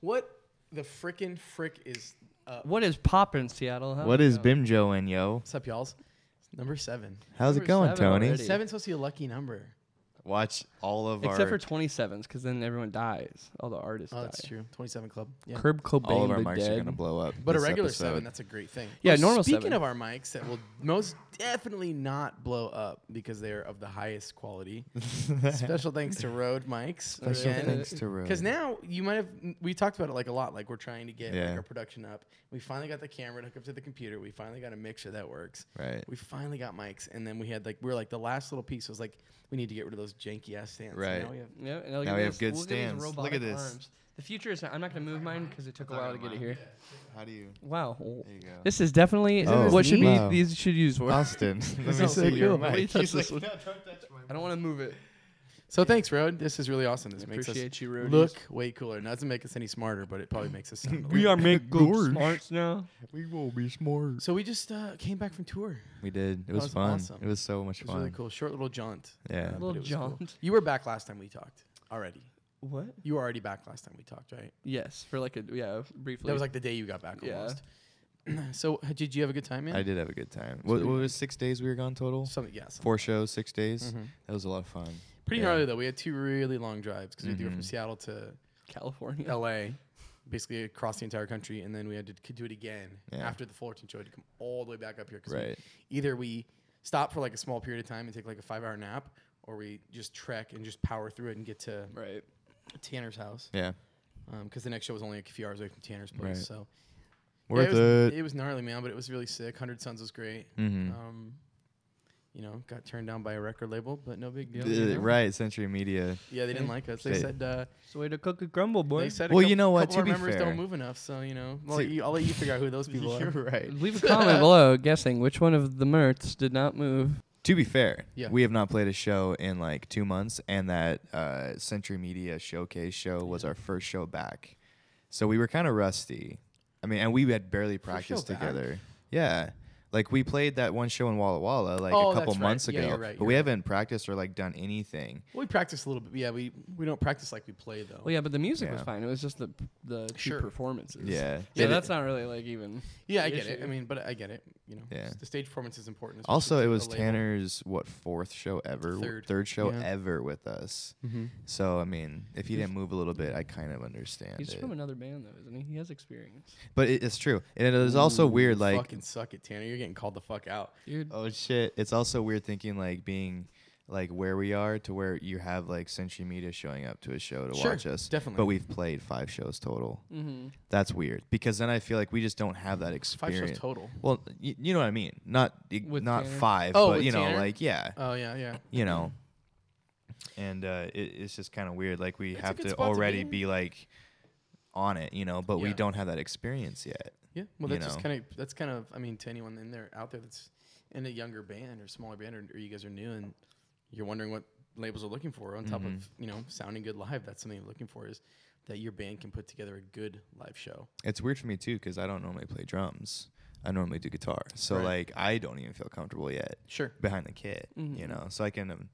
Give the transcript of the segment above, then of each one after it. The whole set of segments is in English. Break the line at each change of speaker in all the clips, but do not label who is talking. What the frickin' frick is up?
What is poppin', Seattle? Huh?
What is Bimjo in, yo?
What's up, y'alls? It's number seven.
How's it
Number
going,
seven
Tony?
already.
Seven's supposed to be a lucky number.
Watch all of
Except for
our
27s, because then everyone dies. All the artists
Oh,
die.
that's true. Twenty-seven club. Yeah.
Curb Cobain
all of our
the
mics are
dead.
gonna blow up.
But a
this
regular
episode.
seven, that's a great thing.
Yeah, normal
Speaking
seven.
of our mics that will most definitely not blow up because they're of the highest quality. Special thanks to Rode mics.
Special
Yeah.
thanks to Rose.
Because now you might have we talked about it like a lot. Like we're trying to get
Yeah.
like, our production up. We finally got the camera to hook up to the computer. We finally got a mixer that works.
right,
We finally got mics, and then we had like we were like the last little piece was like we need to get rid of those janky ass stands. And
Right.
Now we have
Yeah, and they'll
Now
give
we
us-
have good
we'll give these
stands. Look at
robotic
this.
arms. The future is. I'm not gonna move mine because it took a while to get it here.
how do you?
Wow.
There you go.
This is definitely
Isn't this
what should
neat?
be.
Wow.
These should use for.
Austin, let me
is so
see your
cool. Why do you
mic.
touch
He's
this
like,
one?
"No, don't touch my mic."
I don't want to move it.
So thanks, Rode. This is really awesome. This makes us
Appreciate you, Rudy.
look way cooler. It doesn't make us any smarter, but it probably makes us sound. a little-
are making
Gorge.
smarts now.
We will be smart.
So we just uh, came back from tour.
We did. It
That
was,
was
fun.
awesome.
It was so much
It was
fun.
really cool. Short little jaunt.
Yeah.
but
Little
it was cool.
jaunt.
You were back last time we talked already.
What?
You were already back last time we talked, right?
Yes, for like a yeah, briefly.
That was like the day you got back
Yeah.
almost. so h- did you have a good time, man?
I did have a good time. What, what was six days we were gone total?
Something, yeah. Something.
Four shows, six days.
Mhm.
That was a lot of fun.
Pretty
Yeah.
gnarly though. We had two really long drives because we had to go from
Mhm.
Seattle to
California.
L.A., basically across the entire country, and then we had to c- do it again
Yeah.
after the Fullerton show to come all the way back up here. 'cause we-
Right.
either we stop for like a small period of time and take like a five-hour nap, or we just trek and just power through it and get to
Right.
Tanner's house
Yeah.
because the next show was only a few hours away from Tanner's place.
Right.
So Yeah,
Worth
it, was,
it.
it was gnarly, man, but it was really sick. Hundred Sons was great.
mm-hmm.
Um, you know, got turned down by a record label, but no big deal. you
Uh,
know?
right, Century Media.
Yeah, they didn't like us. They
Hey.
said uh,
So way to cook a grumble, boy.
they said.
Well,
a
you know what,
couple of
to
our
be
members
fair.
don't move enough, so you know, I'll,
To-
let you, I'll let you figure out who those people are.
right.
Leave a comment below guessing which one of the Mertz did not move.
To be fair,
Yeah.
we have not played a show in like two months, and that uh, Century Media Showcase show was our first show back. So we were kind of rusty. I mean, and we had barely
First show
practiced
back?
together. Yeah. Like we played that one show in Walla Walla like
Oh,
a couple
that's right.
months
Yeah,
ago,
you're right,
but
you're
we
right.
haven't practiced or like done anything.
We practice a little bit. Yeah, we we don't practice like we play though.
Well, yeah, but the music was
Yeah.
fine. It was just the the two
Sure.
performances.
Yeah.
Yeah,
It-
that's not really like even.
yeah, I get it.
issue.
I mean, but I get it. You know,
Yeah.
the stage performance is important. especially
Also,
to
it
a
was
label.
Tanner's what fourth show ever, W-
Third.
show
Yeah.
ever with us.
Mm-hmm.
Mhm.
So I mean, if he didn't move a little bit, I kind of understand
He's
it.
from another band though, isn't he? He has experience.
But it, it's true, and it is also weird. Like,
fucking suck it, Tanner. You're getting called the fuck out.
Dude,
oh shit, it's also weird thinking like being like where we are to where you have like Century Media showing up to a show to
Sure,
watch us.
definitely.
But we've played five shows total.
mm-hmm.
That's weird because then I feel like we just don't have that
Five
experience.
shows total.
Well, you, you know what I mean. Not y-
With
not
Tanner?
five,
Oh,
but
with
you know,
Tanner?
like yeah.
Oh yeah, yeah.
you know. And uh, it, it's just kind of weird. Like we
It's a
have
good
to
spot to be
already
in.
be like on it, you know, but we
Yeah.
don't have that experience yet.
Yeah, well,
you
that's just
know.
kind of that's kind of I mean to anyone in there out there that's in a younger band or smaller band or, or you guys are new and you're wondering what labels are looking for on top
Mhm.
of you know sounding good live. That's something you're looking for is that your band can put together a good live show.
It's weird for me too because I don't normally play drums. I normally do guitar, so
Right.
like I don't even feel comfortable yet
Sure,
behind the kit, you
Mhm.
know. So I can um,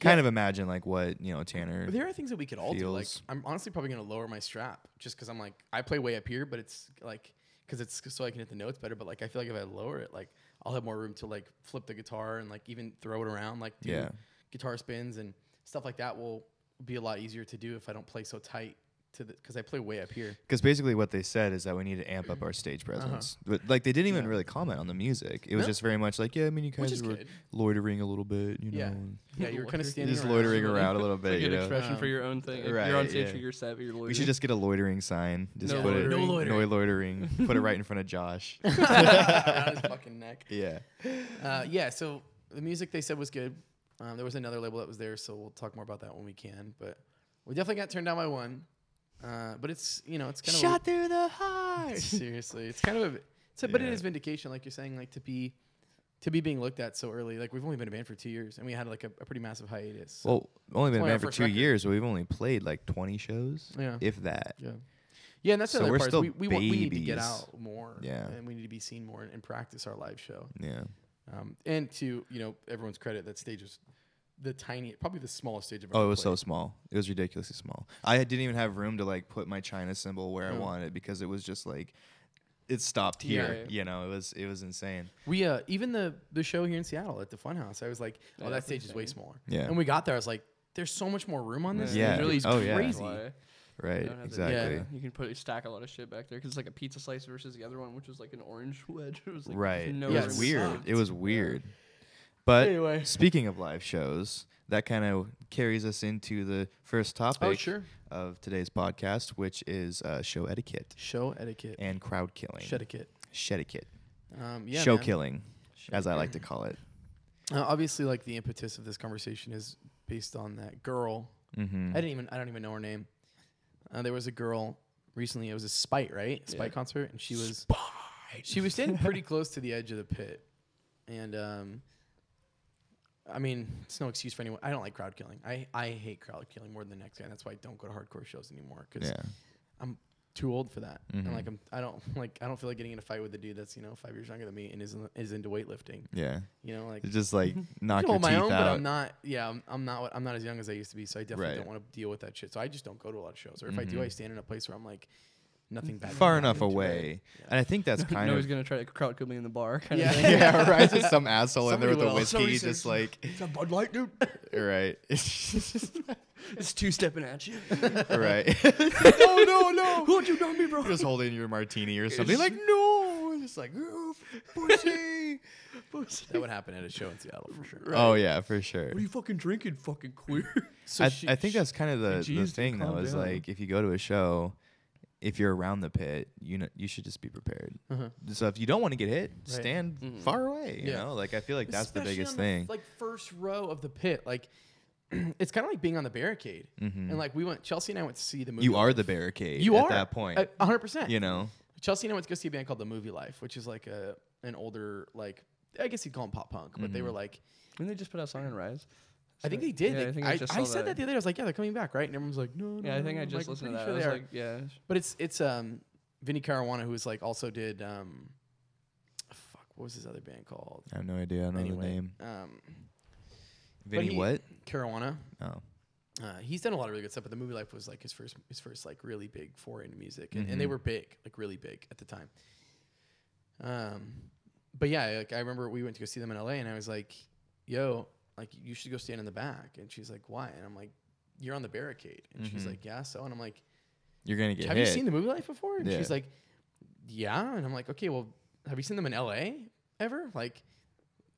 kind
Yeah.
of imagine like what you know Tanner.
but there are things that we could all do. Like
Feels.
I'm honestly probably gonna lower my strap just because I'm like I play way up here, but it's like because it's so I can hit the notes better. But like I feel like if I lower it, like I'll have more room to like flip the guitar and like even throw it around. Like do
Yeah.
guitar spins and stuff like that will be a lot easier to do if I don't play so tight to the because I play way up here.
Because basically what they said is that we need to amp up our stage presence, but like they didn't even
Uh-huh. Yeah.
really comment on the music. It was
No.
just very much like, yeah, I mean, you
Which
guys
is
were
good.
loitering a little bit, you know.
Yeah.
and
Yeah, you're kind of
Loitering.
standing
just
around.
loitering around a little
It's a
bit,
good
you know.
expression for
Um,
your own thing. If
right,
you're on stage
yeah.
for your set, you're
We should just get a loitering sign. Just
No
put
loitering.
It,
No
loitering.
No loitering. put it right in front of Josh.
around his fucking neck.
yeah.
Uh, yeah, so the music they said was good. Um, there was another label that was there, so we'll talk more about that when we can. But we definitely got turned down by one. Uh, but it's you know it's kind of
through the heart.
Seriously, it's kind of a, it's a, but it
Yeah.
is vindication, like you're saying, like to be, to be being looked at so early. Like we've only been a band for two years, and we had like a, a pretty massive hiatus. So,
Well, only been
It's only our
banned for
first
two
record.
years, but we've only played like 20 shows,
yeah,
if that.
yeah, yeah. And that's
So
the
we're
other part. Is
still
we we, want, we need to get
babies.
out more.
Yeah.
and we need to be seen more and, and practice our live show.
Yeah.
Um, and to you know everyone's credit, that stage was the tiny, probably the smallest stage of
Oh, it was so small. It was ridiculously small. I didn't even have room to like put my China symbol where I
Yeah.
wanted because it was just like it stopped
Yeah,
here.
yeah.
You know, it was it was insane.
We uh, even the the show here in Seattle at the Funhouse, I was like, oh,
Yeah,
that
that's
stage is way
insane.
smaller.
Yeah.
And we got there, I was like, there's so much more room on this.
Yeah.
it really is
Oh, yeah.
crazy.
Right.
don't have the-
Exactly.
Yeah.
You can put stack a lot of shit back there because it's like a pizza slice versus the other one, which was like an orange wedge. It was like
right.
No
it
Yeah,
was
it's
room.
weird.
sucked.
It was weird. But
Anyway.
speaking of live shows, that kind of carries us into the first topic
Oh sure,
of today's podcast, which is uh, show etiquette
show etiquette,
and crowd killing.
shit etiquette.
Shetiquette.
Um, yeah,
show
man.
killing, as I like to call it.
Uh, obviously, like the impetus of this conversation is based on that girl.
Mm-hmm.
I didn't even I don't even know her name. Uh, there was a girl recently. It was a Spite, right? Spite
Yeah.
concert, and she was she was standing pretty close to the edge of the pit, and um, I mean, it's no excuse for anyone. I don't like crowd killing. I I hate crowd killing more than the next guy. and That's why I don't go to hardcore shows anymore because
Yeah.
I'm too old for that.
Mhm.
And like I'm I don't like I don't feel like getting in a fight with a dude that's you know five years younger than me and is in, is into weightlifting.
Yeah.
You know, like
It's just like
I
knock
can
your
hold
teeth
my own, but
out.
I'm not. Yeah, I'm, I'm not. what- I'm not as young as I used to be, so I definitely
Right.
don't want to deal with that shit. So I just don't go to a lot of shows, or if I do,
Mhm.
I stand in a place where I'm like, nothing bad.
far
can
enough
happen to it.
away. And I think that's kind
no,
of
he's gonna try to crowd kill me in the bar. Kind
Yeah.
of thing.
yeah, right. Just some asshole in there
Somebody
with a
will.
whiskey,
Somebody
just
says-
like
It's a Bud Light, dude.
right,
It's two stepping at you.
right.
no, no, no. Who'd you know me, bro?
just holding your martini or something.
It's-
Like no, just like oof, pussy.
that would happen at a show in Seattle for sure.
Oh yeah, for sure.
What are you fucking drinking, fucking queer?
So
I,
she-
I think
she-
that's kind of the, the
Jeez, dude,
thing though.
calm
Is
down.
like if you go to a show, if you're around the pit, you know you should just be prepared.
Uh-huh.
So if you don't want to get hit, stand
Mhm.
far away. You
Yeah.
know, like I feel like that's the
Especially
biggest
on
thing.
Like first row of the pit, like it's kind of like being on the barricade. And like we went, Chelsea and I went to see the movie.
Mm-hmm. you are
Life.
the barricade.
you
at
are Uh,
that point.
a- a hundred percent.
you know.
Chelsea and I went to go see a band called The Movie Life, which is like a an older like I guess you'd call them pop punk, but they were
Mm-hmm.
like
Didn't they just put out Song and Rise?
I think they did.
Yeah,
They-
I think
I,
I, just
I
saw
said that. the other day. I was like, yeah, they're coming back, right? And everyone's like, no, no.
yeah, I think
no.
I
I'm
just
like,
listened
"I'm
to that.
pretty
I
sure
was
they
like, yeah.
but it's it's um Vinnie Caruana who was like also did um fuck what was his other band called?
I have no idea. I don't know the name.
um but
Vinny
he-
what?
Caruana.
Oh.
Uh, he's done a lot of really good stuff, but the movie life was like his first his first like really big foray into music, and, and they
Mhm.
were big, like really big at the time. Um, but yeah, like I remember we went to go see them in LA, and I was like, "Yo, like you should go stand in the back," and she's like, "Why?" And I'm like, "You're on the barricade," and she's
Mhm.
like, "Yeah, so," and I'm like,
You're gonna get
have
hit.
you seen the movie life before and
Yeah.
she's like yeah and i'm like okay well have you seen them in la ever like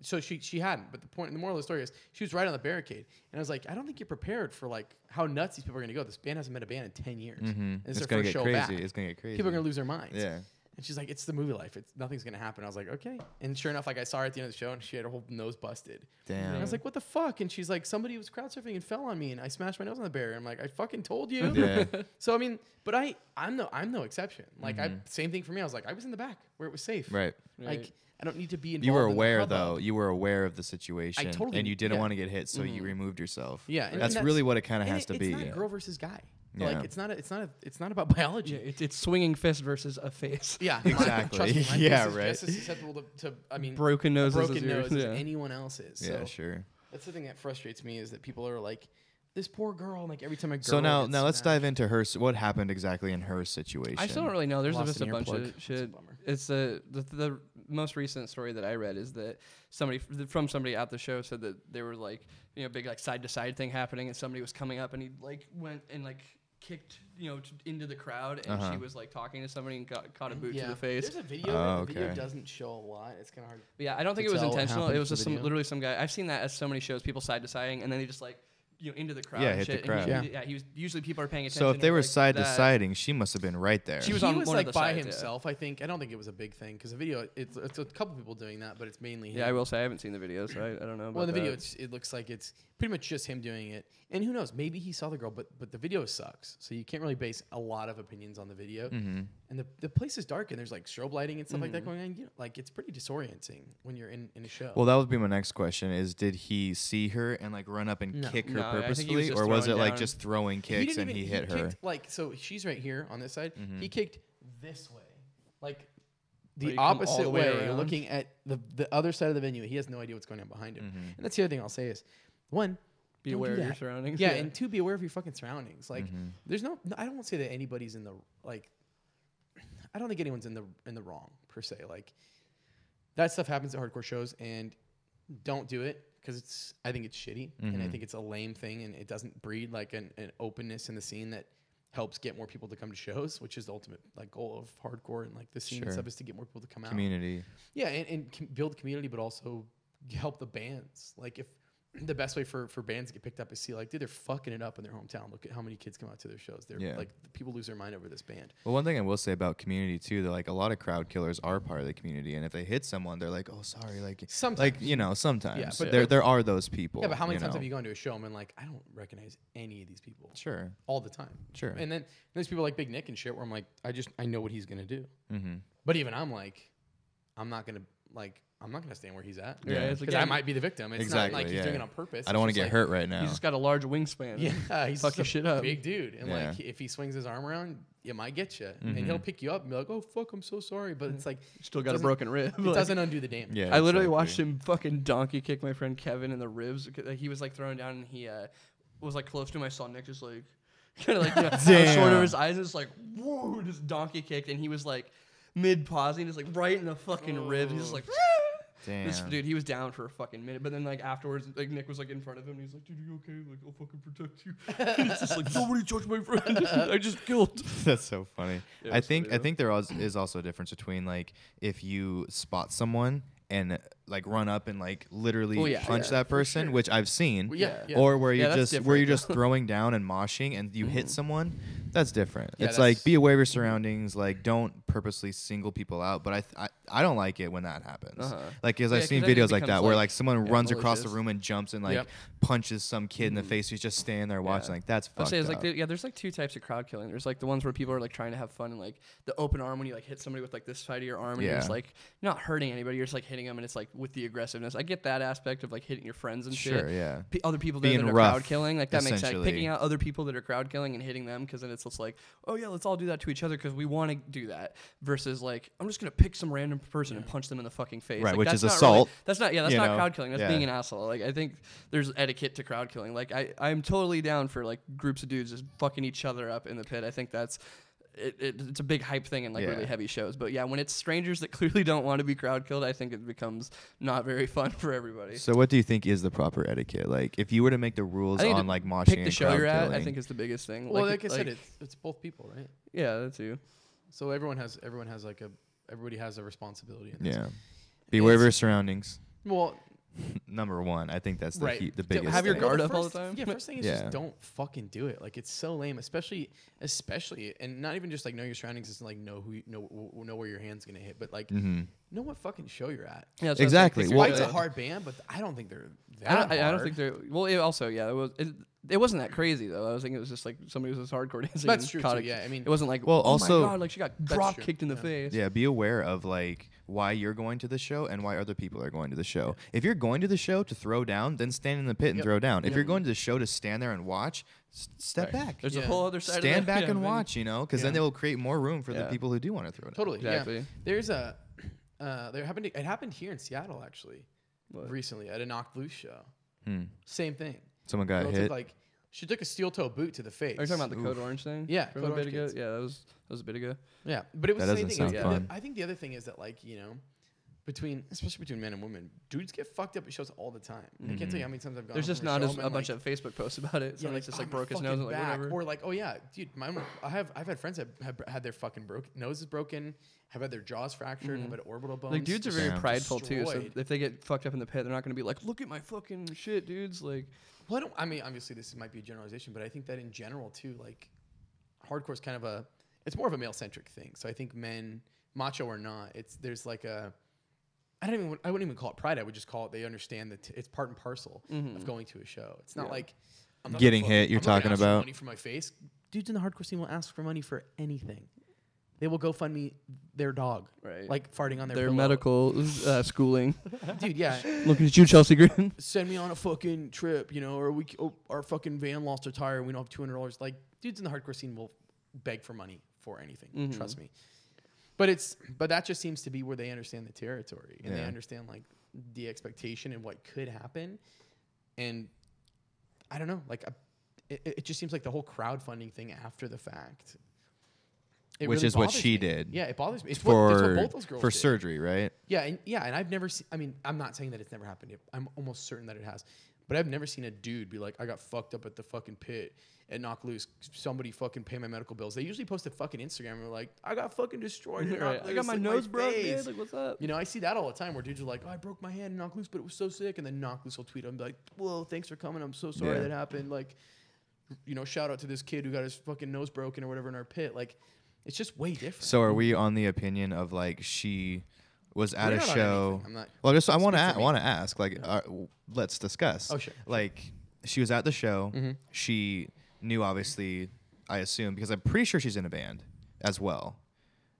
so she she hadn't but the point the moral of the story is she was right on the barricade and i was like i don't think you're prepared for like how nuts these people are going to go this band hasn't been a band in 10 years
Mhm.
it's
It's,
their
gonna
first
get
show
crazy.
back.
It's gonna get crazy.
people are going to lose their minds
Yeah.
and she's like it's the movie life it's nothing's going to happen i was like okay and sure enough like i saw her at the end of the show and she had her whole nose busted and I
Damn.
was like, "What the fuck?" And she's like, "Somebody was crowd surfing and fell on me, and I smashed my nose on the barrier." I'm like, "I fucking told you."
Yeah.
So I mean, but I I'm no I'm no exception. Like I same thing for me. I was like I was in the back where it was safe.
Mm-hmm. Right.
Like I don't need to be involved.
You were
in the
aware
hubbub.
though. You were aware of the situation,
totally-
and you didn't
yeah. Mm-hmm.
want to get hit, so you removed yourself.
Yeah, and- and
that's,
that's-
really what it kind of
And
has
it-
to
it's
be.
not girl versus guy.
Yeah.
Like it's not a, it's not a, it's not about biology.
Yeah,
Yeah.
it, it's swinging fist versus a face.
my-
Exactly.
trust me, my
Yeah,
piece is
right.
Just as susceptible to, to I mean,
Broken
a
noses. is
broken
yours,
nose as
yeah.
anyone else is. So
yeah, sure.
that's the thing that frustrates me is that people are like, this poor girl. and, Like every time a girl.
So now,
gets
now let's
smashed-
dive into her. s- What happened exactly in her situation?
I still don't really know. There's
Lost
just a
an
bunch
earplug.
of
That's a
shit.
bummer.
It's the, the the most recent story that I read is that somebody f- from somebody at the show said that there were like you know big like side to side thing happening and somebody was coming up and he like went and like kicked you know t- into the crowd and
Uh-huh.
she was like talking to somebody and got caught a boot to
Yeah.
the face.
There's a video.
Oh,
that the video
okay.
doesn't show a lot. It's kind of hard.
But yeah, I don't think it
to
was
tell what
intentional.
happened
It was
in the
just some
video.
literally some guy. I've seen that at so many shows. People side to siding and then they just like you know into the crowd.
Yeah,
and
hit the
shit, and he-
crowd.
he- yeah. He was usually people are paying attention.
So if they
and,
were
like,
side to
that-
siding, she must have been right there.
She was
he
on
was
one
like
of the
by
sides, yeah.
himself, I think. I don't think it was a big thing because the video, it's, it's a couple people doing that, but it's mainly him.
Yeah, I will say I haven't seen the video, so I, I don't know. About
well, in the video,
that.
it's, it looks like it's pretty much just him doing it, and who knows? Maybe he saw the girl, but but the video sucks, so you can't really base a lot of opinions on the video.
Hmm.
Mm-hmm.
And the, the place is dark, and there's like strobe lighting and stuff like that going on. You know, like it's pretty disorienting when you're in, in a show.
Well, that would be my next question: Is did he see her and like run up and
No.
kick her
No, I think he was
purposefully,
just
or was it
throwing
like
down.
just throwing
didn't
kicks and
even-
he hit her?
kicked, like so she's right here on this side. He kicked this way, like
Like,
the
Mm-hmm. come all the
opposite
way
way,
around?
Mm-hmm.
looking at the the other side of the venue. He has no idea what's going on behind him. And that's the other thing I'll say is, one,
Be
Don't do
aware of your
that.
surroundings.
Yeah, Mm-hmm. and two, be aware of your fucking surroundings. Like,
Mm-hmm.
there's no, no- I don't say that anybody's in the like. I don't think anyone's in the in the wrong per se. Like, that stuff happens at hardcore shows, and don't do it because it's. I think it's shitty, and I think it's a lame thing, and it doesn't breed like an, an openness in the scene that helps get more people to come to shows, which is the ultimate like goal of hardcore and like the scene and
Sure.
stuff is to get more people to come out.
Community.
Yeah, and, and com- build community, but also help the bands. Like if the best way for, for bands to get picked up is see like, dude, they're fucking it up in their hometown. Look at how many kids come out to their shows. They're
Yeah.
like people lose their mind over this band.
Well, one thing I will say about community too, that like a lot of crowd killers are part of the community, and if they hit someone, they're like, "Oh, sorry," like,
Sometimes.
like you know, sometimes.
Yeah, but-
but there there are those people.
yeah, but how many
you
times
know?
have you gone to a show and been like, I don't recognize any of these people
Sure.
all the time.
Sure.
And then there's people like Big Nick and shit where I'm like, I just I know what he's gonna do.
Mm-hmm.
But even I'm like, I'm not gonna like I'm not gonna stand where he's at.
Yeah,
Yeah.
it's like-
Because I might be the victim. It's
Exactly,
not like he's
yeah.
doing it on purpose.
I don't want to
It's
get
just like,
hurt right now.
He's just got a large wingspan.
Yeah, he's
Fuck
just
your
a
shit up.
Big dude, and like
Yeah. Mm-hmm.
if he swings his arm around, it might get you, and he'll pick you up and be like, "Oh fuck, I'm so sorry," but it's like
Still got a
doesn't-
broken rib.
it doesn't undo the damage.
Yeah.
I literally watched
exactly.
him fucking donkey kick my friend Kevin in the ribs. 'cause, Like he was like thrown down and he uh, was like close to him. I saw Nick just like kind of like you know,
Damn.
short of his eyes and just like whoa, just donkey kicked and he was like mid pausing, just like right in the fucking ribs. He's just like. This
Damn.
dude, he was down for a fucking minute, but then like afterwards, like Nick was like in front of him, and he's like, "Dude, are you okay? Like, I'll fucking protect you." and it's just like nobody touched my friend. I just killed.
That's so funny.
Yeah,
I
it's
think
funny,
I
though.
think there is, is also a difference between like if you spot someone and like run up and like literally
Well, Oh, yeah,
punch
yeah,
that person, which I've seen.
Well, yeah, yeah.
Or where you
Yeah, that's
just where you're
different. Mm-hmm.
just throwing down and moshing and you hit someone, that's different.
Yeah,
it's like
that's-
be aware of your surroundings. Like don't purposely single people out. But I th- I, I don't like it when that happens.
Uh-huh.
Like because
Yeah,
I've
'cause
seen
then it
videos like
becomes,
that where
like,
like someone
yeah,
runs across the
malicious. Mm-hmm.
room and jumps and like
Yep.
punches some kid in the face who's just standing there watching.
Yeah.
Like that's
I'll
fucked
say it's like
up.
there- yeah, there's like two types of crowd killing. There's like the ones where people are like trying to have fun and like the open arm when you like hit somebody with like this side of your arm and you're just
Yeah.
like you're not hurting anybody, you're just like hitting them and it's like with the aggressiveness. I get that aspect of like hitting your friends and
sure,
shit.
yeah.
P- other people there
Being
that are
rough,
crowd killing, like that makes sense.
essentially.
Picking out other people that are crowd killing and hitting them because then it's just like, oh yeah, let's all do that to each other because we want to do that. Versus like I'm just gonna pick some random person and punch them in the fucking face.
Right,
Like,
which
that's
is
not really-
assault.
that's not yeah, that's
you
not
know?
crowd killing. That's
Yeah.
being an asshole. Like I think there's etiquette to crowd killing. Like I I'm totally down for like groups of dudes just fucking each other up in the pit. I think that's it, it, it's a big hype thing in like really
Yeah.
heavy shows. But yeah, when it's strangers that clearly don't want to be crowd killed, I think it becomes not very fun for everybody.
So what do you think is the proper etiquette? Like if you were to make the rules
I think
on
to
like moshing
Pick the
and
show
crowd
you're at, I
killing-
think is the biggest thing.
Well, like, I said,
like-
it's, it's both people, right?
yeah, that's you.
So everyone has everyone has like a everybody has a responsibility. In this.
yeah. Beware of
it's-
your surroundings.
Well,
Number one, I think that's the
right.
he- the
D-
biggest.
have your
thing.
well,
guard up all
first-
the time?
Yeah. First thing is
Yeah.
just don't fucking do it. Like it's so lame, especially especially and not even just like know your surroundings. It's like know who you, know w- know where your hand's gonna hit, but
Mm.
like
Mm-hmm.
know what fucking show you're at.
Yeah, that's what I was like,
Exactly.
pick your
Well,
Fight's a
uh,
hard band, but I don't think they're that
I don't,
hard.
I, I don't think they're well. It also, yeah, it was. It, it wasn't that crazy though. I was thinking it was just like somebody was just hardcore dancing.
That's
and
true,
caught
too,
it.
yeah, I mean-
it wasn't like
Well,
well, also
also-
like she got
That's
drop
true,
kicked in the
yeah.
face.
Yeah, be aware of like why you're going to the show and why other people are going to the show. If you're going to the show to throw down, then stand in the pit and
Yep.
throw down. If you're going to the show to stand there and watch, s- step back.
There's
Yeah.
a whole other side.
Stand
of that,
back
yeah,
and
thing.
watch, you know, because then
Yeah.
they will create more room for the
Yeah.
people who do want to throw down.
Totally. Yeah.
Exactly.
There's a uh, there happened. It happened here in Seattle actually
What?
recently at a knocked loose show.
Hmm.
Same thing.
Someone got
Girl
hit.
Took, like she took a steel toe boot to the face.
Are you talking about the Code Orange thing?
Yeah,
from
Code
a bit
Orange
ago.
kids.
Yeah, that was that was a bit ago.
Yeah, but it was
That
the same
doesn't
thing.
sound
It's-
fun.
the- I think the other thing is that like you know, between especially between men and women, dudes get fucked up at shows all the time. I can't tell you how many times I've gone.
Mm-hmm. There's
home
just
from
not
show
as
and
a
been
bunch
like,
of Facebook posts about it.
Yeah,
Somebody's just
"Oh,
like
my
broke his
fucking
nose and like
back,"
whatever.
Or like, oh yeah, dude, mine. were- I have I've had friends that have, have had their fucking broke noses broken, have had their jaws fractured, have had orbital bones.
Mm-hmm. Like dudes are very
Yeah.
prideful too.
destroyed.
So if they get fucked up in the pit, they're not going to be like, "Look at my fucking shit, dudes." Like,
Well, I, don't, I mean, obviously, this might be a generalization, but I think that in general too, like, hardcore is kind of a, it's more of a male centric thing. So I think men, macho or not, it's there's like a, I don't even, I wouldn't even call it pride. I would just call it they understand that it's part and parcel of going to a show. It's not like I'm not gonna
Getting
fuck-
hit, you're
I'm not gonna
talking
ask for
about.
money for my face. Dudes in the hardcore scene will ask for money for anything. They will go fund me their dog,
Right.
Like farting on their,
their
pillow.
medical uh, schooling.
dude. Yeah,
Looking at you, Chelsea Green.
send me on a fucking trip, you know, or we oh, our fucking van lost a tire and we don't have two hundred dollars. Like dudes in the hardcore scene will beg for money for anything.
Mm-hmm.
Trust me. But it's but that just seems to be where they understand the territory and they
Yeah.
understand like the expectation and what could happen. And I don't know. Like, I, it, it just seems like the whole crowdfunding thing after the fact. It
Which
really
is what
bothers
she
me.
did.
Yeah, it bothers me. It's what, it's what
for
both those girls
for
did.
surgery, right?
Yeah, and, yeah, and I've never seen. I mean, I'm not saying that it's never happened. I'm almost certain that it has, but I've never seen a dude be like, "I got fucked up at the fucking pit and knock loose. Somebody fucking pay my medical bills." They usually post a fucking Instagram and they're like, "I got fucking destroyed. at
Right.
Knock
I got
Loose,
my
like,
nose broken.
face."
Like, what's up?
You know, I see that all the time where dudes are like, oh, I broke my hand and knock loose, but it was so sick. And then knock loose will tweet them like, whoa, thanks for coming. I'm so sorry
Yeah.
that happened. Like, you know, shout out to this kid who got his fucking nose broken or whatever in our pit. Like, it's just way different.
So are we on the opinion of like she was
Mm-hmm.
at
We're
a
not on
show?
anything. I'm not-
well, just I want to
Speak for
I
me.
want to ask like uh, w- let's discuss.
Oh, sure, Mm-hmm. sure.
Like she was at the show. She knew obviously, I assume because I'm pretty sure she's in a band as well.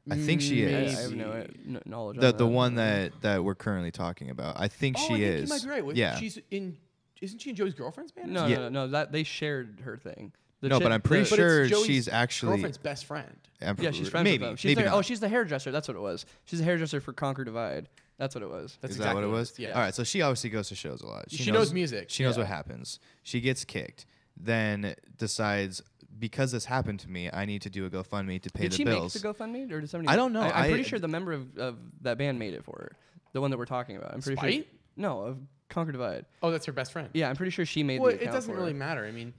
I think she
Mm,
I, I
is.
have no uh, kn- knowledge.
the
on
the
that.
one that that we're currently talking about. I think
oh,
she
I think
is.
You might be right. Wait,
yeah.
She's in, isn't she in Joey's girlfriend's band? or
No,
Yeah.
no, no, no. That they shared her thing. The
no,
chick-
but I'm pretty
the-
But it's
sure
Joey's
she's actually.
Girlfriend's best friend.
I'm
Yeah,
pr-
she's friends
maybe,
with them. She's
maybe
the,
not.
oh, she's the hairdresser. That's what it was. She's a hairdresser for Conquer Divide. That's what it was.
That's
is
exactly
that what it was?
Yeah.
All right. So she obviously goes to shows a lot.
She knows music,
She knows
yeah.
what happens. She gets kicked. Then decides because this happened to me, I need to do a GoFundMe to pay
Did
the
she
bills.
make the GoFundMe or did somebody?
I don't know.
I, am
I-
pretty sure the member of, of that band made it for her. The one that we're talking about. I'm pretty sure.
Spite?
No, of Conquer Divide.
Oh, that's her best friend.
Yeah, I'm pretty sure she made.
Well,
the
it
account
doesn't
for
really
Her.
matter. I mean,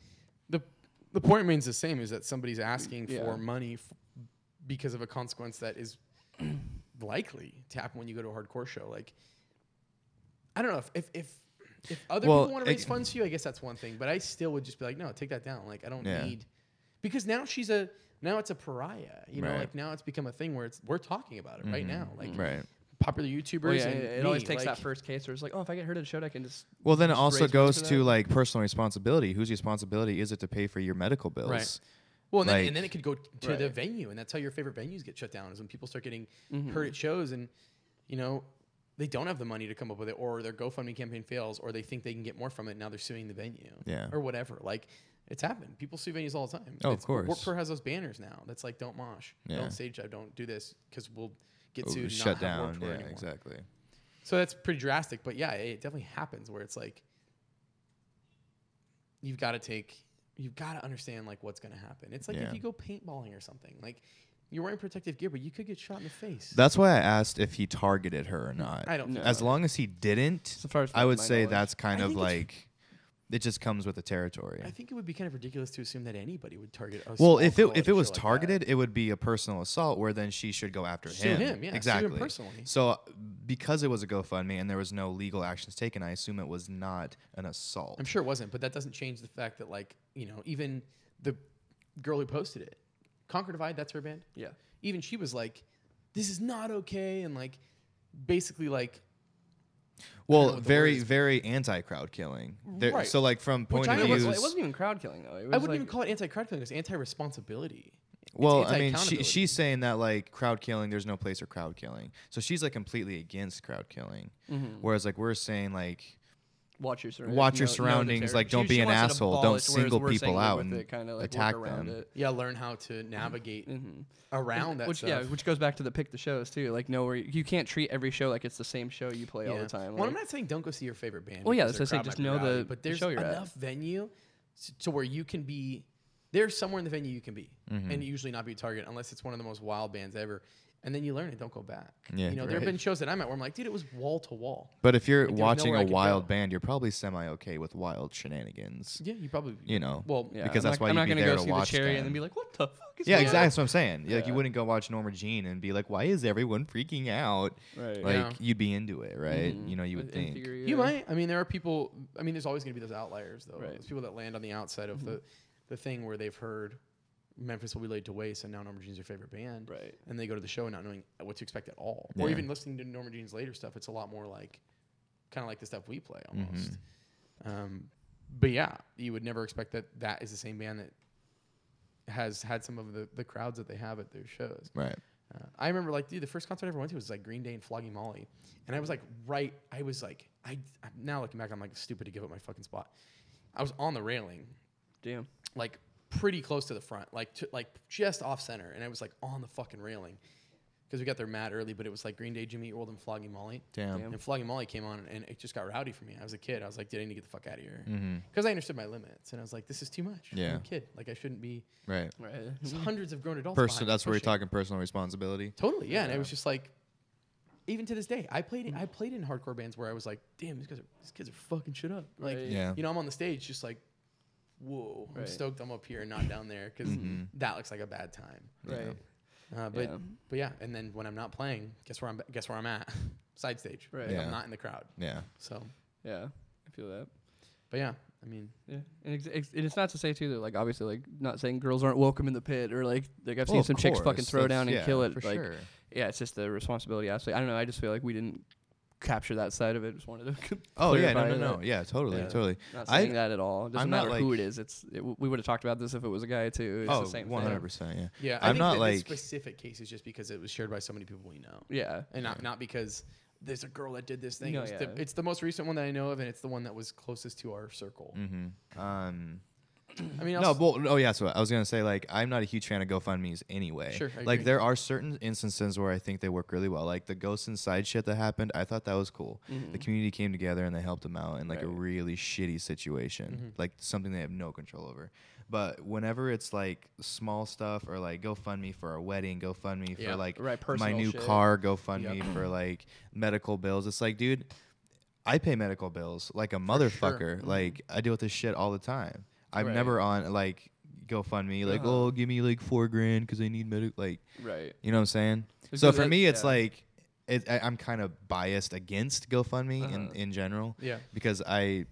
the the point remains the same: is that somebody's asking
Yeah.
for money f- because of a consequence that is likely to happen when you go to a hardcore show. Like, I don't know if if if, if other
Well,
people want to raise
it-
funds for you, I guess that's one thing. But I still would just be like, no, take that down. Like, I don't
Yeah.
need because now she's a now it's a pariah. You know,
Right.
like now it's become a thing where it's we're talking about it right now. Like,
right.
popular YouTubers.
Mm-hmm. Well, yeah,
and
it, it always
me,
takes
like-
that first case where it's like, oh, if I get hurt at a show, I can just.
Well, then it
just
also
raise funds
goes
for
to
that.
like personal responsibility. Whose responsibility is it to pay for your medical bills?
Well, and, then,
Like-
and then it could go t- to the
Right.
venue, and that's how your favorite venues get shut down is when people start getting hurt at shows, and you know they don't have the money to come up with it, or their GoFundMe campaign fails, or they think they can get more from it. Now they're suing the venue,
Yeah.
or whatever. Like it's happened. People sue venues all the time.
Oh, of
It's- Warped
course.
Tour has those banners now. That's like, don't mosh,
Yeah.
don't stage dive, don't do this because we'll get
Oh,
sued. and not
shut
have Warped
down.
Tour
Yeah,
anymore.
exactly.
So that's pretty drastic, but yeah, it definitely happens where it's like you've got to take, you've got to understand like what's going to happen. It's like
Yeah.
if you go paintballing or something, like you're wearing protective gear, but you could get shot in the face.
That's why I asked if he targeted her or not.
I don't.
No.
Think
As long as he didn't,
So far as
I would
my
say
knowledge.
that's kind
I
of
think it's-
like it just comes with the territory.
I think it would be kind of ridiculous to assume that anybody would target us.
Well, if it if it was targeted, it would be a personal assault where then she should go after
Sue him,
him.
yeah, sue him
exactly.
personally.
So uh, because it was a GoFundMe and there was no legal actions taken, I assume it was not an assault.
I'm sure it wasn't, but that doesn't change the fact that like you know even the girl who posted it, Conquer Divide, that's her band.
Yeah.
Even she was like, "This is not okay," and like basically like know
well,
what the
very
word is.
very anti crowd killing. There-
Right.
So like from point
I
of
It,
know
view,
was, not even crowd killing though. It was
I wouldn't
like,
even call it anti crowd killing. It's anti responsibility.
well, I mean, she, she's saying that like crowd killing, there's no place for crowd killing. So she's like completely against crowd killing,
Mm-hmm.
whereas like we're saying like
watch your surroundings.
watch your
know- know the
surroundings,
territory.
like,
She-
don't
she
be an
wants it
asshole, don't
abolished, whereas
single
we're saying
people
live
out
with
and
it, kinda, like, work
attack
around
them.
it.
yeah, learn how to navigate around that
Mm-hmm. which
stuff.
yeah, which goes back to the pick the shows too. Like no, where you, you can't treat every show like it's the same show you play all
Yeah.
the time.
Well, I'm
like-
not saying don't go see your favorite band.
Well, yeah,
because
that's
their
what I
crowd
said,
might
just
be
know
rowdy,
the-
But
the
there's
show you're at.
enough venue s- to where you can be. There's somewhere in the venue you can be,
Mm-hmm.
and usually not be a target unless it's one of the most wild bands ever. And then you learn it. Don't go back.
Yeah,
you know, there have
right.
been shows that I'm at where I'm like, dude, it was wall to wall.
But if you're
was
watching
nowhere I
a
could
wild
go.
band, you're probably semi okay with wild shenanigans.
Yeah, you probably.
You know,
Well,
yeah,
because
I'm
that's
not,
why
I'm
you'd
not
be
gonna
there
go
to
see the
watch
cherry
them.
and then be like, what the fuck is
Yeah,
going
exactly.
on?
That's what I'm saying. Like you
Yeah.
wouldn't go watch Norma Jean and be like, "Why is everyone freaking out?"
Right.
Like
Yeah.
you'd be into it, right? You know, you would
In
think.
theory,
You
yeah.
might. I mean, there are people. I mean, there's always going to be those outliers, though.
Right. Mm-hmm.
There's people that land on the outside of the, the thing where they've heard Memphis will be laid to waste, and now Norma Jean's your favorite band.
Right.
And they go to the show and not knowing what to expect at all, or
Yeah.
even listening to Norma Jean's later stuff. It's a lot more like, kind of like the stuff we play
Mm-hmm.
almost. Um, but yeah, you would never expect that that is the same band that has had some of the, the crowds that they have at their shows.
Right.
Uh, I remember like, dude, the first concert I ever went to was like Green Day and Flogging Molly, and I was like, right, I was like, I I'm now looking back, I'm like stupid to give up my fucking spot. I was on the railing,
Damn.
like pretty close to the front, like to, like just off center, and I was like on the fucking railing. because we got there mad early, but it was like Green Day, Jimmy Eat World, and Flogging Molly.
Damn.
Damn.
And Flogging Molly came on, and it just got rowdy for me. I was a kid. I was like, "Dude, I need to get the fuck out of here," because
Mhm.
I understood my limits, and I was like, "This is too much." I'm
Yeah.
a kid. Like I shouldn't be.
Right.
Right.
there's hundreds of grown adults.
Person.
behind me
That's where you're
pushing.
talking personal responsibility.
Totally, yeah. And
Yeah.
it was just like, even to this day, I played. I played in hardcore bands where I was like, "Damn, these guys are these kids are fucking shit up." Like,
Right.
Yeah.
you know, I'm on the stage, just like, "Whoa, I'm
Right.
stoked I'm up here and not down there," because
Mhm.
that looks like a bad time.
Yeah.
Right.
Uh, but
Yeah.
but yeah, and then when I'm not playing, guess where I'm guess where I'm at? Side stage.
Right.
Like,
Yeah.
I'm not in the crowd.
Yeah.
So,
Yeah. I feel that.
but yeah, I mean,
Yeah, and, ex- ex- and it's not to say too that like obviously like not saying girls aren't welcome in the pit or like like I've seen
Well, of
some chicks fucking
course,
throw
that's-
down and
yeah,
kill it.
For
like
sure.
yeah, it's just the responsibility aspect. I don't know. I just feel like we didn't capture that side of it. Just wanted to.
Oh yeah, no,
clarify
no, no,
that.
yeah, totally,
Yeah.
totally.
Not
I-
saying that at all. It doesn't
I'm not,
matter who
like-
it is. It's it, we would have talked about this if it was a guy too. It's
Oh,
the same
100
thing.
percent, yeah.
yeah,
I'm
think
not,
that
like-
this specific case is just because it was shared by so many people we know,
Yeah.
and not not because there's a girl that did this thing.
No,
it's, the,
yeah.
it's the most recent one that I know of, and it's the one that was closest to our circle.
Mm-hmm. Um,
I mean,
no,
I'll,
well, oh yeah. So I was gonna say, like, I'm not a huge fan of GoFundmes anyway.
Sure, I
like,
agree.
there are certain instances where I think they work really well. Like the Ghost Inside shit that happened, I thought that was cool.
Mm-hmm.
The community came together and they helped them out in like a
Right.
really shitty situation,
Mm-hmm.
like something they have no control over. But whenever it's like small stuff or like GoFundMe for our wedding, GoFundMe for
Yeah,
like
right,
my
personal
new
shit.
car, GoFundMe for like medical bills, it's like, dude, I pay medical bills like a motherfucker. Like I deal with this shit all the time. I'm
Mm-hmm. Right.
never on like GoFundMe. Like,
Uh-huh.
oh, give me like four grand because I need medic. Like,
Right.
you know what I'm saying?
It's
so
'cause
for
that-
me, it's
yeah.
like it, I, I'm kind of biased against GoFundMe in
Uh-huh.
in general.
Yeah.
Because I,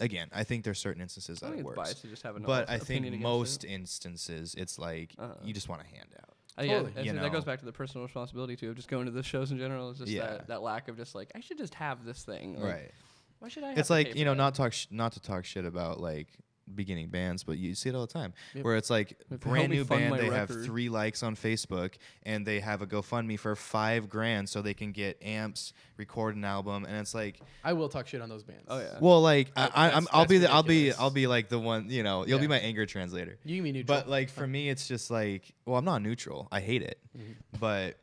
again, I think there's certain instances
I
that
think
it
it's
works.
biased to just have an
But
o-
I
opinion
think
against
most
It.
instances, it's like
Uh-huh.
you just want a handout.
Uh, yeah,
Totally.
I
You
think that
know.
goes back to the personal responsibility too of just going to the shows in general. It's just
Yeah.
that, that lack of just like I should just have this thing. Like, Why should I? have
it's
to
like
pay for
you know
that?
not talk sh- not to talk shit about like beginning bands but you see it all the time
Yep.
where it's like
If they help
brand
me
new
fund
band
my
they have
record.
three likes on facebook and they have a gofundme for five grand so they can get amps record an album and it's like
I will talk shit on those bands.
Oh yeah.
well like I,
That-
I,
that's-
I'm, i'll
that's
be the, i'll be
ridiculous.
i'll be like the one you know you'll be
Yeah.
my anger translator
you can be neutral.
but like for me it's just like well i'm not neutral i hate it
Mm-hmm.
but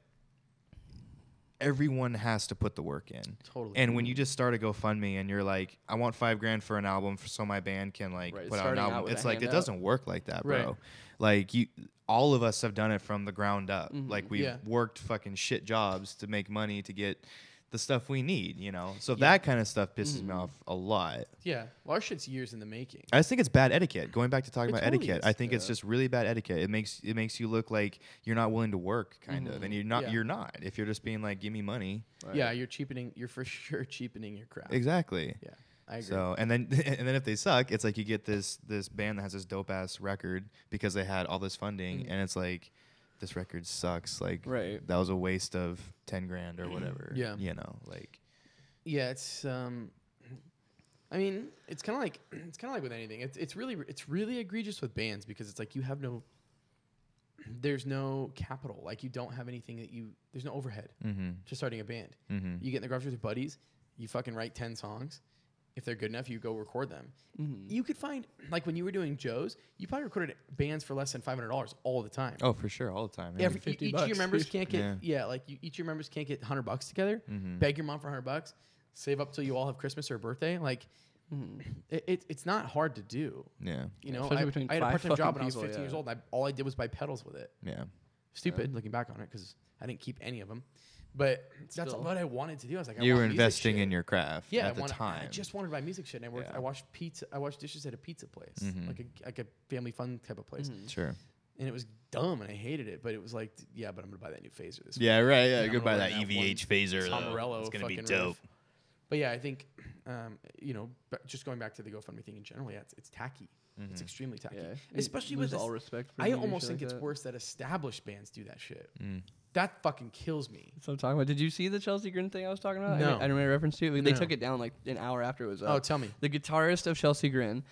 everyone has to put the work in
Totally.
and when you just start a GoFundMe and you're like, I want five grand for an album for so my band can like
Right,
put out an
starting out
album,
with a
it's like it
handout.
doesn't work like that, bro.
Right.
Like you, all of us have done it from the ground up. Like we've
Mm-hmm. Yeah.
worked fucking shit jobs to make money to get the stuff we need, you know. So
Yeah. Mm-hmm.
that kind of stuff pisses me off a lot.
yeah, well, our shit's years in the making.
I just think it's bad etiquette. Going back to talking
It
about
totally
etiquette,
is,
I think it's
yeah.
just really bad etiquette. It makes it makes you look like you're not willing to work, kind of, and you're not.
Mm-hmm. Yeah.
You're not. If you're just being like, give me money.
Yeah, you're cheapening. You're for sure cheapening your craft.
Exactly.
Yeah, I agree.
So and then and then if they suck, it's like you get this this band that has this dope ass record because they had all this funding,
Mm-hmm.
and it's like this record sucks. Like
Right.
that was a waste of ten grand or whatever.
Yeah.
you know, like
Yeah, it's um I mean, it's kind of like it's kind of like with anything. It's it's really it's really egregious with bands because it's like you have no there's no capital. Like you don't have anything that you there's no overhead
mm-hmm,
to starting a band.
mm-hmm.
You get in the garage with your buddies, you fucking write 10 songs. If they're good enough, you go record them. You could find like when you were doing Joe's, you probably recorded bands for less than $500 all the time.
oh for sure all the time.
Every, e,
50
each of your
bucks.
members can't get
Yeah.
yeah, like you, each of your members can't get 100 bucks together
mm-hmm.
beg your mom for 100 bucks save up till you all have christmas or birthday like
Mm-hmm.
it, it, it's not hard to do
Yeah,
you
Yeah,
know
especially
I,
between
I had a
five
part-time job
fucking
when i was
people,
15
yeah.
years old and I, all i did was buy pedals with it
yeah,
stupid looking back on it because i didn't keep any of them but that's
Still.
what i wanted to do i was like I
you
want
were
music
investing
shit.
in your craft
yeah I
at the
wanna-
time.
i just wanted to buy music shit and i worked
Yeah.
i washed pizza i washed dishes at a pizza place
Mhm.
like a like a family fun type of
Mm-hmm.
place
sure.
and it was dumb and i hated it but it was like yeah but i'm gonna buy that new phaser this
Yeah, right.
Yeah,
Yeah,
I'm
go
gonna
buy
learn
that
that one
EVH phaser. though.
Tomarello
It's gonna be
fucking riff.
dope.
But yeah, I think, um, you know, b- just going back to the GoFundMe thing in general, yeah, it's, it's tacky.
Mm-hmm.
It's
Mm-hmm.
extremely tacky,
Yeah.
especially
You
with.
lose all
es-
respect. For
I
me and
almost
shit
think
like
it's
that.
worse that established bands do that shit.
Mm.
That fucking kills me.
That's what I'm talking about. Did you see the Chelsea Grin thing I was talking about? I
No.
made- I, made reference to it. They
No.
took it down like an hour after it was up.
Oh, tell me.
The guitarist of Chelsea Grin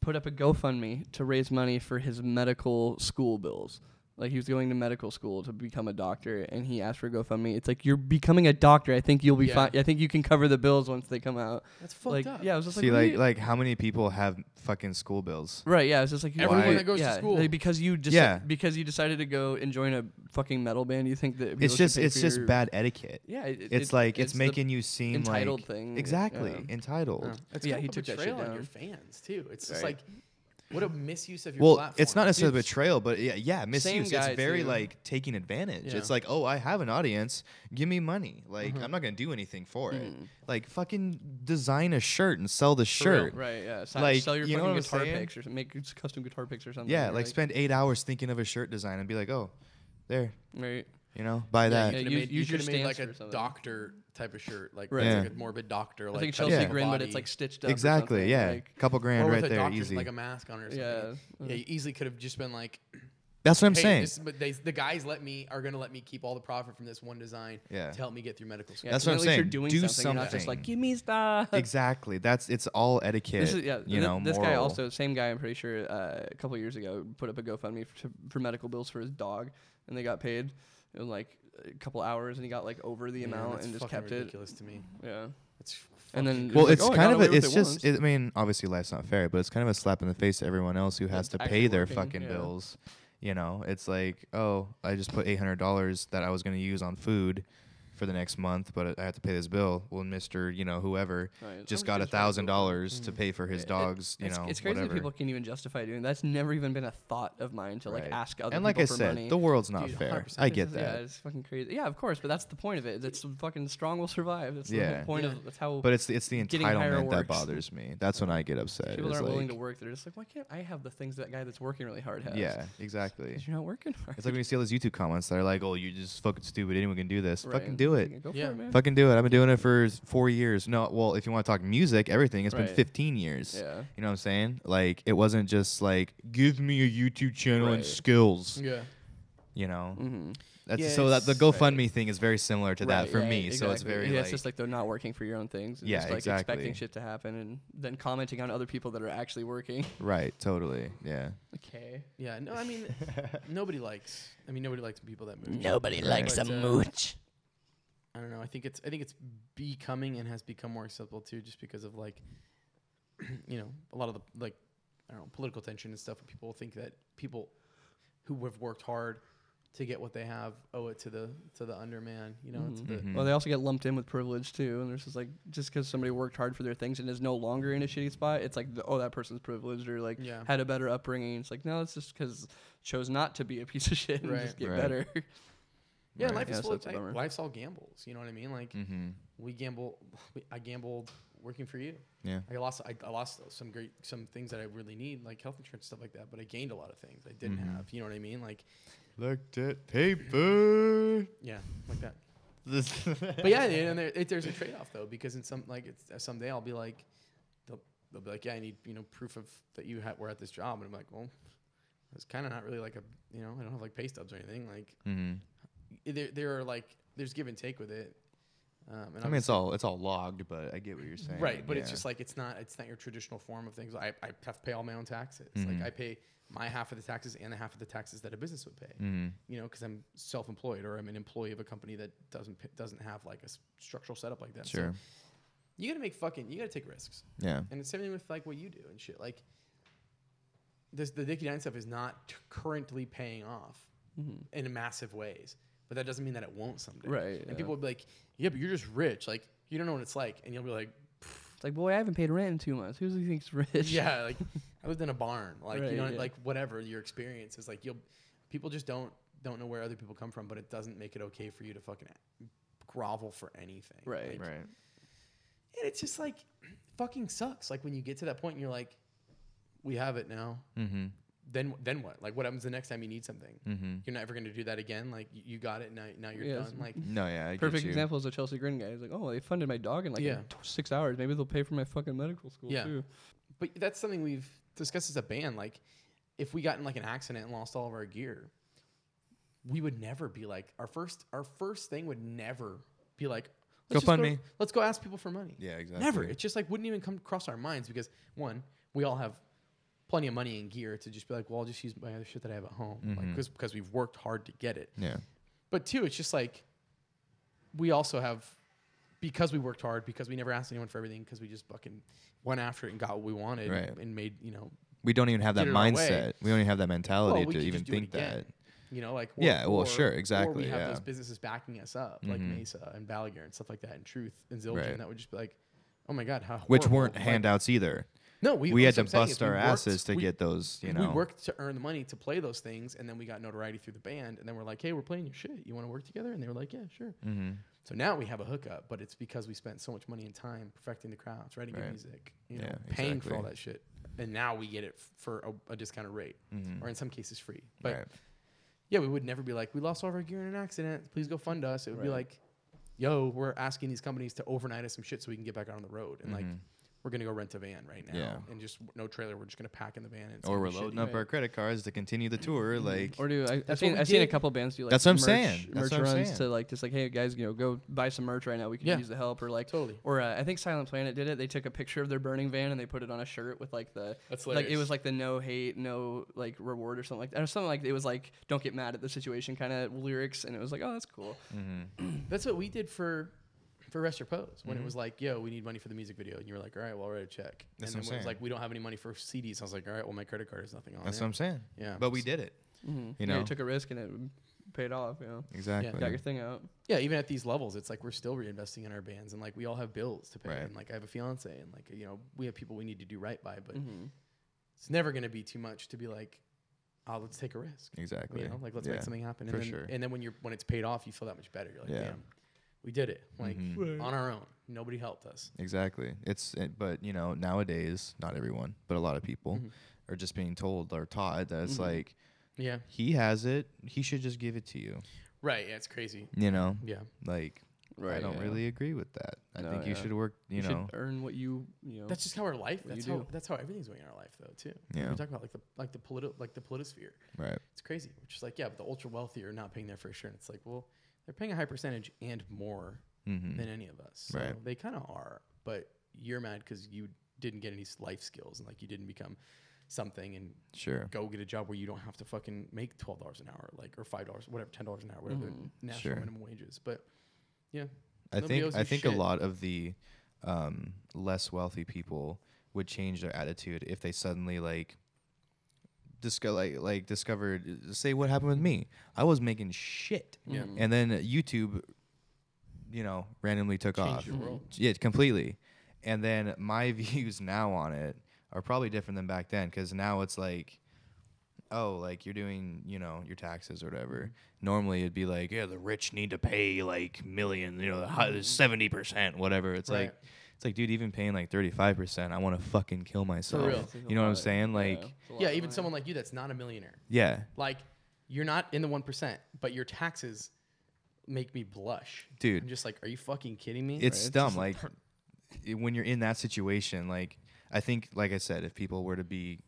put up a GoFundMe to raise money for his medical school bills. Like he was going to medical school to become a doctor, and he asked for GoFundMe. It's like you're becoming a doctor. I think you'll be
Yeah.
fine. I think you can cover the bills once they come out.
That's fucked
Like
up.
yeah, I was just
See,
like,
like,
"What?"
like how many people have fucking school bills?
right. Yeah, it's just like you-
Everyone
Why-
that goes to
yeah,
school.
like, because you just
Yeah.
because you decided to go and join a fucking metal band. You think that people
It's
should
just,
pay
it's
for
just
your-
bad etiquette.
Yeah, it- it-
It's
it-
like it's,
the
making you seem
entitled
like
thing.
exactly
Yeah. Mm.
entitled.
Yeah. It's
Yeah,
kind
he
of a
took that shit
betrayal on your
down.
fans too. It's just
Oh. Right.
like what a misuse of your
well,
platform.
it's not necessarily
Dude,
betrayal, but yeah, yeah, misuse. It's
guy,
very
too.
like taking advantage.
Yeah.
It's like, oh, I have an audience, give me money. Like
Mm-hmm.
I'm not gonna do anything for it. Like fucking design a shirt and sell the
Mm. For real,
shirt.
Right. Yeah. Si-
Like,
sell your
you know
fucking
what I'm
guitar
saying?
picks or some- make s- custom guitar picks or something.
Yeah,
or,
like, spend eight hours thinking of a shirt design and be like, oh, there,
Right.
you know, buy that.
yeah,
You could
use-
have made, you
use your
coulda made like
stance
a
or something.
doctor type of shirt, like,
Right.
that's
Yeah.
like a morbid doctor. Like
I think
type of
Chelsea
Yeah.
Green, but
body.
it's like stitched up. or
exactly.
something,
Yeah,
Like,
couple grand
or
right
with a
there,
doctor with,
easy.
like a mask on or something.
Yeah.
yeah you easily could have just been like,
That's what I'm
hey,
saying.
this- but they, the guys let me are going to let me keep all the profit from this one design
Yeah.
to help me get through medical school.
yeah,
That's
and
what
at
I'm
least You're
saying.
doing
Do
something. You're not just like
something.
give me stuff.
exactly. That's it's all etiquette.
This is, yeah,
you
thi-
know,
this guy
moral.
also, same guy, I'm pretty sure, uh, a couple years ago, put up a GoFundMe for, for medical bills for his dog, and they got paid in like a couple hours, and he got like over the
Man,
amount
that's
and just
fucking
kept it.
ridiculous to me.
Yeah,
It's
and then
Well,
like,
it's
"Oh, I got
kind of
away
a,
with
it's
it
just.
once."
It, I mean, obviously, life's not fair, but it's kind of a slap in the face to everyone else who has to
That's
pay
actually
their
working,
fucking
yeah.
bills. You know, it's like, oh, I just put eight hundred dollars that I was going to use on food for the next month, but I have to pay this bill. Well, Mister, you know, whoever
Right,
just
I'm
got a
just trying to
thousand
go for
dollars to pay for his
It-
dogs. you
it's,
know,
it's crazy
whatever.
that people can even justify doing that. That's never even been a thought of mine to like
Right.
ask other
and like
people
I
for
said,
money.
the world's not
Dude,
fair.
100%.
I
It's
get
just- Yeah,
that,
it's fucking crazy. Yeah, of course, but that's the point of it. That's fucking strong will survive. That's the
Yeah.
whole point
Yeah.
of that's how
but it's the, it's the
Getting higher
entitlement that
works.
bothers me. That's when I get upset.
people
is
aren't willing
like-
to work. They're just like, why can't I have the things that guy that's working really hard has?
Yeah, exactly.
'Cause you're not working hard.
It's like when you see all those YouTube comments that are like, "Oh, you're just fucking stupid. Anyone can do this.
Right.
Fucking do it.
Go
Yeah.
for it, man.
Fucking do it. I've been doing it for s- four years. No, well, if you want to talk music, everything, it's been
Right.
15 years.
Yeah.
You know what I'm saying? Like, it wasn't just like, give me a YouTube channel
Right. Mm.
and skills.
yeah.
You know,
Mm-hmm.
that's
Yeah,
so that the
it's-
GoFundMe thing is very similar to that
Right,
for
right,
me. So it's
exactly.
very
yeah,
like,
it's just like they're not working for your own things. and
Yeah,
just like
exactly.
expecting shit to happen and then commenting on other people that are actually working.
right, totally, yeah.
okay.
Yeah. No, I mean, nobody likes, I mean, nobody likes people that move.
Nobody likes a
But, uh,
mooch.
I don't know. I think it's I think it's becoming and has become more acceptable too, just because of like, you know, a lot of the like, I don't know, political tension and stuff. People think that people who have worked hard to get what they have owe it to the to the underman. You know, to the,
Mm.
Well, they also get lumped in with privilege too, and there's just like just because somebody worked hard for their things and is no longer in a shitty spot, it's like the, oh that person's privileged or like
Yeah.
had a better upbringing. It's like no, it's just because chose not to be a piece of shit and
Right.
just get
Right.
better.
yeah.
Right.
Life
Yeah,
is
so
full of
that's a
like,
bummer. Mm.
life's all gambles. You know what I mean? Like
Mm-hmm.
we gamble. We, I gambled working for you.
Yeah.
I lost I, I lost some great some things that I really need, like health insurance stuff like that. But I gained a lot of things I didn't
Mm-hmm.
Mhm.
have. You know what I mean? Like
Looked at paper.
yeah, like that.
This-
but yeah, and there, it, there's a trade-off though because in some like it's, uh, someday I'll be like, they'll, they'll be like, yeah, I need you know proof of that you ha- were at this job, and I'm like, well, it's kind of not really like a you know I don't have like pay stubs or anything. Like
Mhm.
i- there there are like there's give and take with it. Um, and
I mean, it's all it's all logged, but I get what you're saying.
right, but it's
yeah.
just like it's not it's not your traditional form of things. I I have to pay all my own taxes.
Mhm.
Like I pay my half of the taxes and the half of the taxes that a business would pay
Mhm.
you know, because I'm self-employed or I'm an employee of a company that doesn't p- doesn't have like a s- structural setup like that. So
sure,
you gotta make fucking, you gotta take risks,
yeah.
and it's same thing with like what you do and shit. Like this, the Dickie Nine stuff is not t- currently paying off
Mhm.
in massive ways, but that doesn't mean that it won't someday.
Right,
And
yeah.
people will be like, "Yeah, but you're just rich. Like you don't know what it's like," and you'll be like,
It's like boy, I haven't paid rent in two months. Who do you think's rich?
yeah, like I lived in a barn, like
Right,
you know,
yeah.
like whatever your experience is, like you'll people just don't don't know where other people come from, but it doesn't make it okay for you to fucking grovel for anything,
Right.
Like,
Right.
And it's just like fucking sucks. Like when you get to that point, and you're like, we have it now.
Mm-hmm.
Then then what? Like what happens the next time you need something?
Mm-hmm.
You're never going to do that again. Like you, you got it now. Now you're
Yeah, it's-
done. Like
No, yeah. I get
Perfect
you.
example is the Chelsea Green guy. He's like, oh, they funded my dog in like
Yeah.
t- six hours. Maybe they'll pay for my fucking medical school
Yeah.
too.
but that's something we've discussed as a band. Like, if we got in like an accident and lost all of our gear, we would never be like our first. Our first thing would never be like let's just
GoFundMe.
go- Let's go ask people for money.
Yeah, exactly.
Never. It just like wouldn't even come across our minds because one, we all have plenty of money and gear to just be like, well, I'll just use my other shit that I have at home, like
Mm-hmm.
because because we've worked hard to get it.
Yeah.
But two, it's just like we also have because we worked hard, because we never asked anyone for everything, because we just fucking went after it and got what we wanted
Right.
and made you know
We don't even have that
Get it away.
mindset. We don't even have that mentality
well, Oh, we
to
could
even
just do it
think
again,
that.
You know, like
Yeah, well, sure,
Or
exactly,
we have
yeah.
those businesses backing us up, like
Mhm.
Mesa and Balaguer and stuff like that, and Truth and Zildjian.
Right.
That would just be like, oh my god, how
Which
horrible.
weren't
Like,
handouts either.
No, we,
we had
that's
to
what I'm saying, is
bust
we
our
worked-
asses to
we-
get those, you
we
know.
worked to earn the money to play those things, and then we got notoriety through the band, and then we're like, hey, we're playing your shit. You want to work together? And they were like, yeah, sure.
hmm
So now we have a hookup, but it's because we spent so much money and time perfecting the crowds, writing
Right.
good music, you know,
Yeah,
paying for all
exactly.
that shit, and now we get it f- for a, a discounted rate,
Mhm.
or in some cases free. But
right.
yeah, we would never be like, we lost all of our gear in an accident. Please go fund us. It would be
Right.
like, yo, we're asking these companies to overnight us some shit so we can get back out on the road. And like,
Mhm.
we're going to go rent a van right now
Yeah.
and just no trailer. We're just going to pack in the van. And it's
Or
gonna
we're
be
loading
shitty. Mm-hmm.
up our credit cards to continue the tour. Like,
Or do I, I've
That's what
seen
we
I've seen a
did.
couple bands do like
That's what I'm
merch,
saying. That's
merch
what I'm
runs
saying.
to like just like hey guys you know go buy some merch right now we could
Yeah.
use the help or like
Totally.
or uh, I think Silent Planet did it they took a picture of their burning van and they put it on a shirt with like the
That's
like it
hilarious.
was like the no hate no like reward or something like that or something like it was like don't get mad at the situation kind of lyrics and it was like oh that's cool
mm-hmm.
That's what we did for for Rest Your Pose
Mm-hmm.
when it was like, yo, we need money for the music video. And you were like, all right, well, I'll write a check.
That's
and then it
what I'm
was
saying.
like, we don't have any money for CDs. I was like, all right, well, my credit card has nothing on
that's
it.
what I'm saying.
Yeah.
But we did it.
mm-hmm.
You
yeah,
know.
you took a risk and it paid off you know
Exactly.
got your thing out
yeah, even at these levels, it's like we're still reinvesting in our bands and like we all have bills to pay.
Right.
And like I have a fiance and like, you know, we have people we need to do right by, but
Mm-hmm.
Mhm.
it's never going to be too much to be like, oh, let's take a risk.
Exactly.
You know, like let's
Yeah.
make something happen. And
for
then,
sure.
And then when you're when it's paid off, you feel that much better. You're like,
Yeah.
damn, we did it. Like
Mhm.
on our own. Nobody helped us.
Exactly. It's it, but you know nowadays not everyone, but a lot of people
Mhm.
are just being told or taught that it's
Mm-hmm.
Mhm.
like
Yeah.
he has it, he should just give it to you.
Right. Yeah, it's crazy.
You know,
Yeah.
like I don't
yeah.
really agree with that. I
No,
think you
yeah.
should work. You,
should
know,
earn what you you know
That's just how our life.
What do
That's
you
how
do?
that's how everything's going in our life though too.
Yeah.
We talk about like the like the politi- like the politosphere.
uh,
right?
It's crazy. We're just like yeah, but the ultra wealthy are not paying their fair share. And it's like well, they're paying a high percentage and more
Mm-hmm.
than any of us. So
Right.
They kind of are, but you're mad because you didn't get any s- life skills and like you didn't become something and
Sure.
go get a job where you don't have to fucking make twelve dollars an hour, like or five dollars, whatever, ten dollars an hour, whatever
Mhm.
the national
Sure.
minimum wages. But yeah,
I
Nobody owes
think I
you
think a
shit.
lot of the um, less wealthy people would change their attitude if they suddenly like discover like, like discovered say what happened with me. I was making shit,
Yeah.
Mhm.
and then YouTube, you know, randomly took
change
off.
your world.
Yeah, completely. And then my views now on it are probably different than back then because now it's like, oh, like you're doing, you know, your taxes or whatever.
Mm-hmm.
Normally it'd be like, yeah, the rich need to pay like million, you know, seventy percent, whatever. It's
Right.
like, it's like, dude, even paying like thirty five percent, I want to fucking kill myself.
real.
You know what I'm saying? Like,
Yeah, even someone like you that's not a millionaire.
yeah,
Like you're not in the one percent, but your taxes make me blush.
Dude.
I'm just like, are you fucking kidding me?
it's
Right?
dumb.
just
Like i- when you're in that situation, like I think, like I said, if people were to be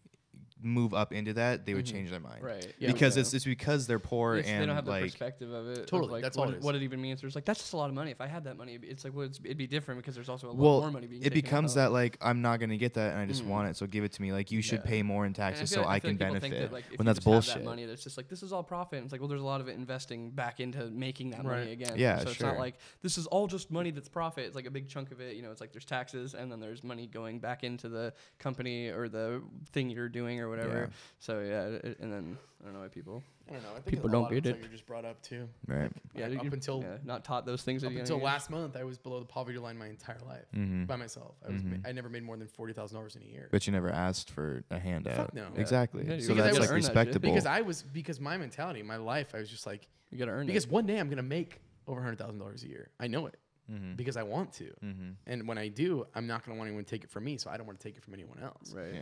move up into that, they would change their mind,
Mm-hmm. Right.
Yeah.
because it's it's because they're poor
It's-
and
they don't have the
like
perspective of it. of,
Totally,
like,
that's
what,
all it
it-
is.
what it even means. There's like that's just a lot of money. If I had that money, it'd be- it's like well, it's, it'd be different because there's also a lot
well,
more money being.
it
taken
becomes
out.
that like I'm not gonna get that and I just want it, so give it to me. Like you should
Mm. Yeah.
pay more in
And I
taxes
feel
so
like- feel
I can
like people
benefit.
think that, like, if
when
you
that's
just have
bullshit.
That money that's just like this is all profit. And it's like well, there's a lot of it investing back into making that
Right.
money again.
Yeah,
so it's
sure.
not like this is all just money that's profit. It's like a big chunk of it. You know, it's like there's taxes and then there's money going back into the company or the thing you're doing or whatever.
Yeah.
So yeah, it, and then I don't know why people.
I don't know. I think
People
a
don't
lot of
get
it's how
it.
You're just brought up too.
Right.
Yeah,
Like,
you-
up until
yeah, not taught those things at
up
a young
until
age.
last month, I was below the poverty line my entire life
Mm-hmm.
Mhm.
by myself. I was ma- I never made more than forty thousand dollars in a year.
But you never asked for a handout.
no. Yeah.
Exactly.
Yeah, you
so
gotta
that's
earn
like
that shit.
respectable.
because I was because my mentality, my life, I was just like
You gotta earn
because
it.
one day I'm gonna make over hundred thousand dollars a year. I know it
Mm-hmm.
because I want to,
Mm-hmm.
and when I do, I'm not gonna want anyone to take it from me, so I don't want to take it from anyone else.
Right.
yeah.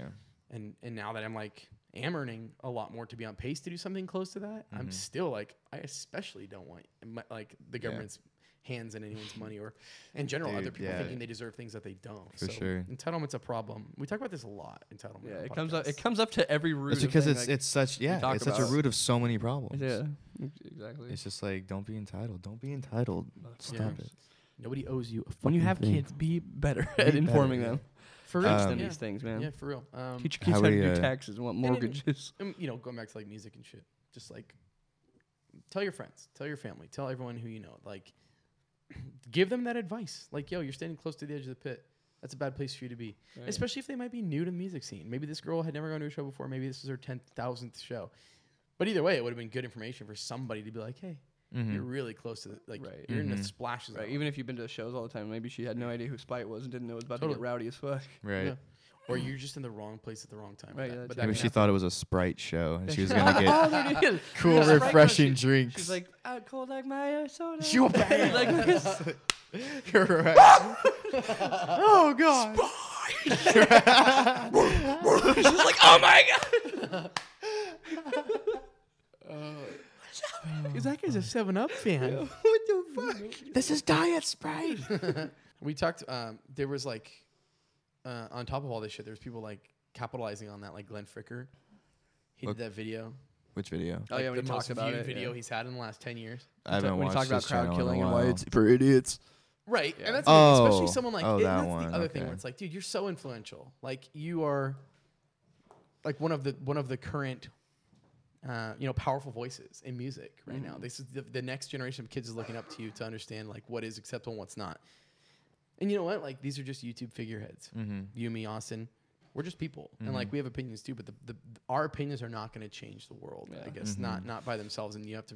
and and now that I'm like am earning a lot more to be on pace to do something close to that,
Mm-hmm.
I'm still like I especially don't want my, like the government's hands in anyone's money or in general other
Dude,
people
yeah.
thinking they deserve things that they don't.
For
so
sure.
entitlement's a problem. We talk about this a lot. Entitlement.
Yeah,
on
it comes up. It
podcasts.
comes up to every root.
It's
of
because
thing,
it's
like-
it's such yeah,
talk
it's such a
about-
root of so many problems.
yeah, ex- exactly.
It's just like don't be entitled. Don't be entitled. Stop
Yeah.
it.
Nobody owes you a fucking
when you have
thing.
kids, be better
Be
at
better,
informing
yeah.
them.
For
Teach
real.
them
yeah.
these things, man.
Yeah, for real. Um,
Teach
Um, How
kids how, to
we,
do
uh,
taxes and what
then-
mortgages.
um, you know, going back to like music and shit, just like tell your friends, tell your family, tell everyone who you know. Like, give them that advice. Like, yo, you're standing close to the edge of the pit. That's a bad place for you to be, especially if they might be new to the music scene. Maybe this girl had never gone to a show before. Maybe this is her ten thousandth show. But either way, it would have been good information for somebody to be like, hey,
Mm-hmm.
you're really close to the, like
Right. Mm-hmm.
you're in the
Mhm.
splashes.
Right,
zone.
even if you've been to shows all the time, maybe she had no idea who Spite was and didn't know it was about to
Totally.
get rowdy as fuck.
Right.
Yeah. or you're just in the wrong place at the wrong time. with
Right,
that.
yeah,
But
that's
that
it.
Maybe
can
she
happen.
thought it was a Sprite show and she was gonna get
oh, there it is.
cool,
Sprite was-
refreshing
she-
drinks.
She's like, "Ah, cold like my uh, soda.
You a bad-
like, this-
You're right. oh god.
she's like, oh my god.
Because that guy's a Seven Up fan.
what the fuck?
This is diet Sprite.
We talked. Um, there was like, uh, on top of all this shit, there's people like capitalizing on that, like Glenn Fricker. He
Look,
did that video.
Which video?
Oh
like,
yeah, we
the
talked
most
about
viewed
it.
video
yeah.
he's had in the last ten years.
I haven't
when
watched
he talked about
this
crowd
channel
killing
in a
and
while.
why it's for idiots.
Right,
Yeah.
and that's like,
Oh.
especially someone like.
Oh,
and
that
that's
one,
the other thing where
okay.
it's like, dude, you're so influential. Like you are, like one of the one of the current. Uh, you know, powerful voices in music right
Mm.
now. This is the, the next generation of kids is looking up to you to understand like what is acceptable and what's not. And you know what? Like these are just YouTube figureheads.
Mm-hmm.
you, me, Austin, we're just people, and like we have opinions too. But the, the our opinions are not going to change the world. I
Yeah.
guess
Mm-hmm.
not not by themselves, and you have to.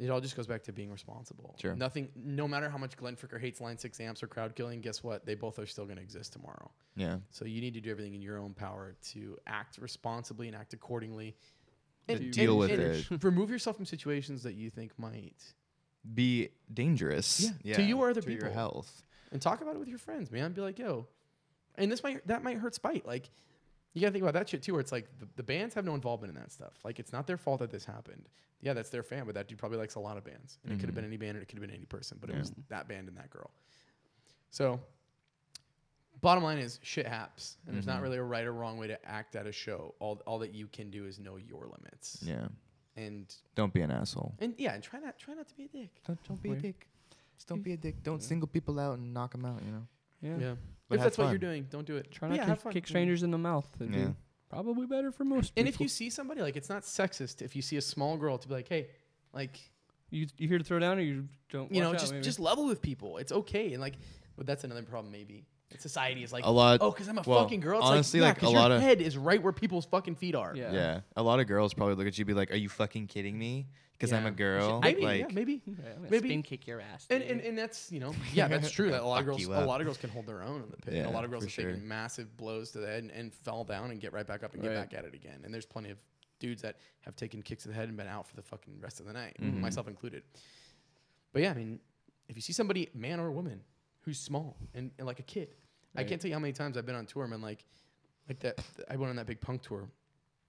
It all just goes back to being responsible.
Sure.
Nothing. No matter how much Glenn Fricker hates Line Six amps or crowd killing, guess what? They both are still going to exist tomorrow.
Yeah.
So you need to do everything in your own power to act responsibly and act accordingly.
To deal with
it. Remove yourself from situations that you think might,
Be dangerous.
Yeah, to you or other
to your
people.
health.
and talk about it with your friends, man. Be like, yo, and this might that might hurt spite. Like, you gotta think about that shit too, where it's like the, the bands have no involvement in that stuff. Like, it's not their fault that this happened. Yeah, that's their fan, but that dude probably likes a lot of bands, and it
Mm-hmm.
could have been any band, and it could have been any person, but it
Yeah.
was that band and that girl. So, bottom line is shit happens, and
Mm-hmm.
there's not really a right or wrong way to act at a show. All all that you can do is know your limits,
Yeah.
and
Don't be an asshole.
and yeah, and try not try not to be a dick.
Don't, don't be a
Weird.
dick. Just don't be a dick. Don't single people out and knock them out. You know.
Yeah.
Yeah,
But
if
have
that's what you're
fun.
doing, don't do it.
Try
But
not
yeah,
to
have fun.
kick strangers in the mouth. It'd
Yeah.
be probably better for most people.
And if you see somebody, like, it's not sexist if you see a small girl to be like, hey, like,
you you here to throw down or you don't,
you
watch
know,
out,
just
maybe.
just level with people. It's okay. And like, but that's another problem. Maybe It's society is like,
A lot-
Oh, because I'm a
well,
fucking girl. It's
honestly,
like,
like,
yeah, 'cause
a
your
lot of-
head is right where people's fucking feet are.
Yeah.
Yeah. A lot of girls probably look at you and be like, "Are you fucking kidding me?" Because I'm
Yeah.
a girl.
Maybe,
like,
yeah, maybe.
Yeah, I'm gonna
Maybe-
spin kick your ass.
And,
dude.
and and that's you know, yeah, that's true. That a lot of
Fuck
girls,
you
a
up.
lot of girls can hold their own in the pit. and a
Yeah,
lot of girls
for
have
sure.
taken massive blows to the head and, and fell down and get right back up and get
Right.
back at it again. And there's plenty of dudes that have taken kicks to the head and been out for the fucking rest of the night,
Mm-hmm.
myself included. But yeah, I mean, if you see somebody, man or woman, who's small and, and like a kid, I
Right.
can't tell you how many times I've been on tour and been like, like that. I went on that big punk tour,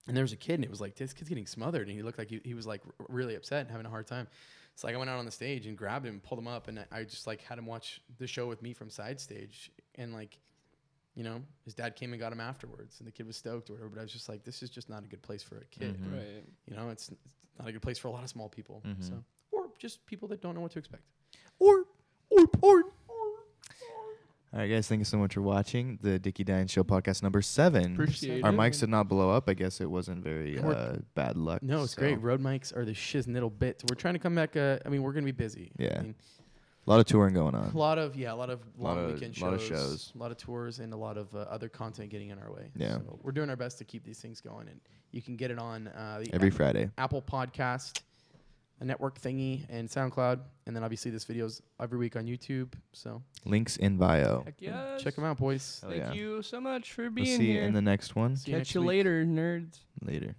and there was a kid, and it was like this kid's getting smothered, and he looked like he, he was like r- really upset and having a hard time. So like I went out on the stage and grabbed him, pulled him up, and I- I just like had him watch the show with me from side stage, and like, you know, his dad came and got him afterwards, and the kid was stoked or whatever. But I was just like, this is just not a good place for a kid.
Mm.
right.
You know, it's, it's not a good place for a lot of small people. So or just people that don't know what to expect.
Or, or, or, All right, guys. Thank you so much for watching the Dickie Dine Show podcast number seven.
Appreciate
Our
it.
mics did not blow up. I guess it wasn't very
We're-
uh, bad luck.
No, it's
so.
great. Road mics are the shiznittle bits. We're trying to come back. Uh, I mean, we're gonna be busy.
Yeah.
I mean,
A lot of touring going
a
on.
lot of yeah, a lot of long
Lot of-
weekend shows,
lot of shows.
a lot of tours, and a lot of uh, other content getting in our way.
Yeah.
so we're doing our best to keep these things going, and you can get it on uh, the
Every
Ap-
Friday.
Apple Podcast, a network thingy, and SoundCloud, and then obviously this video's every week on YouTube. So
Links in bio.
Heck yes.
check them out, boys.
Oh,
Thank
yeah.
you so much for
We'll
being
see you
here.
in the next one.
See you
Catch
next
you
week.
later, nerds.
Later.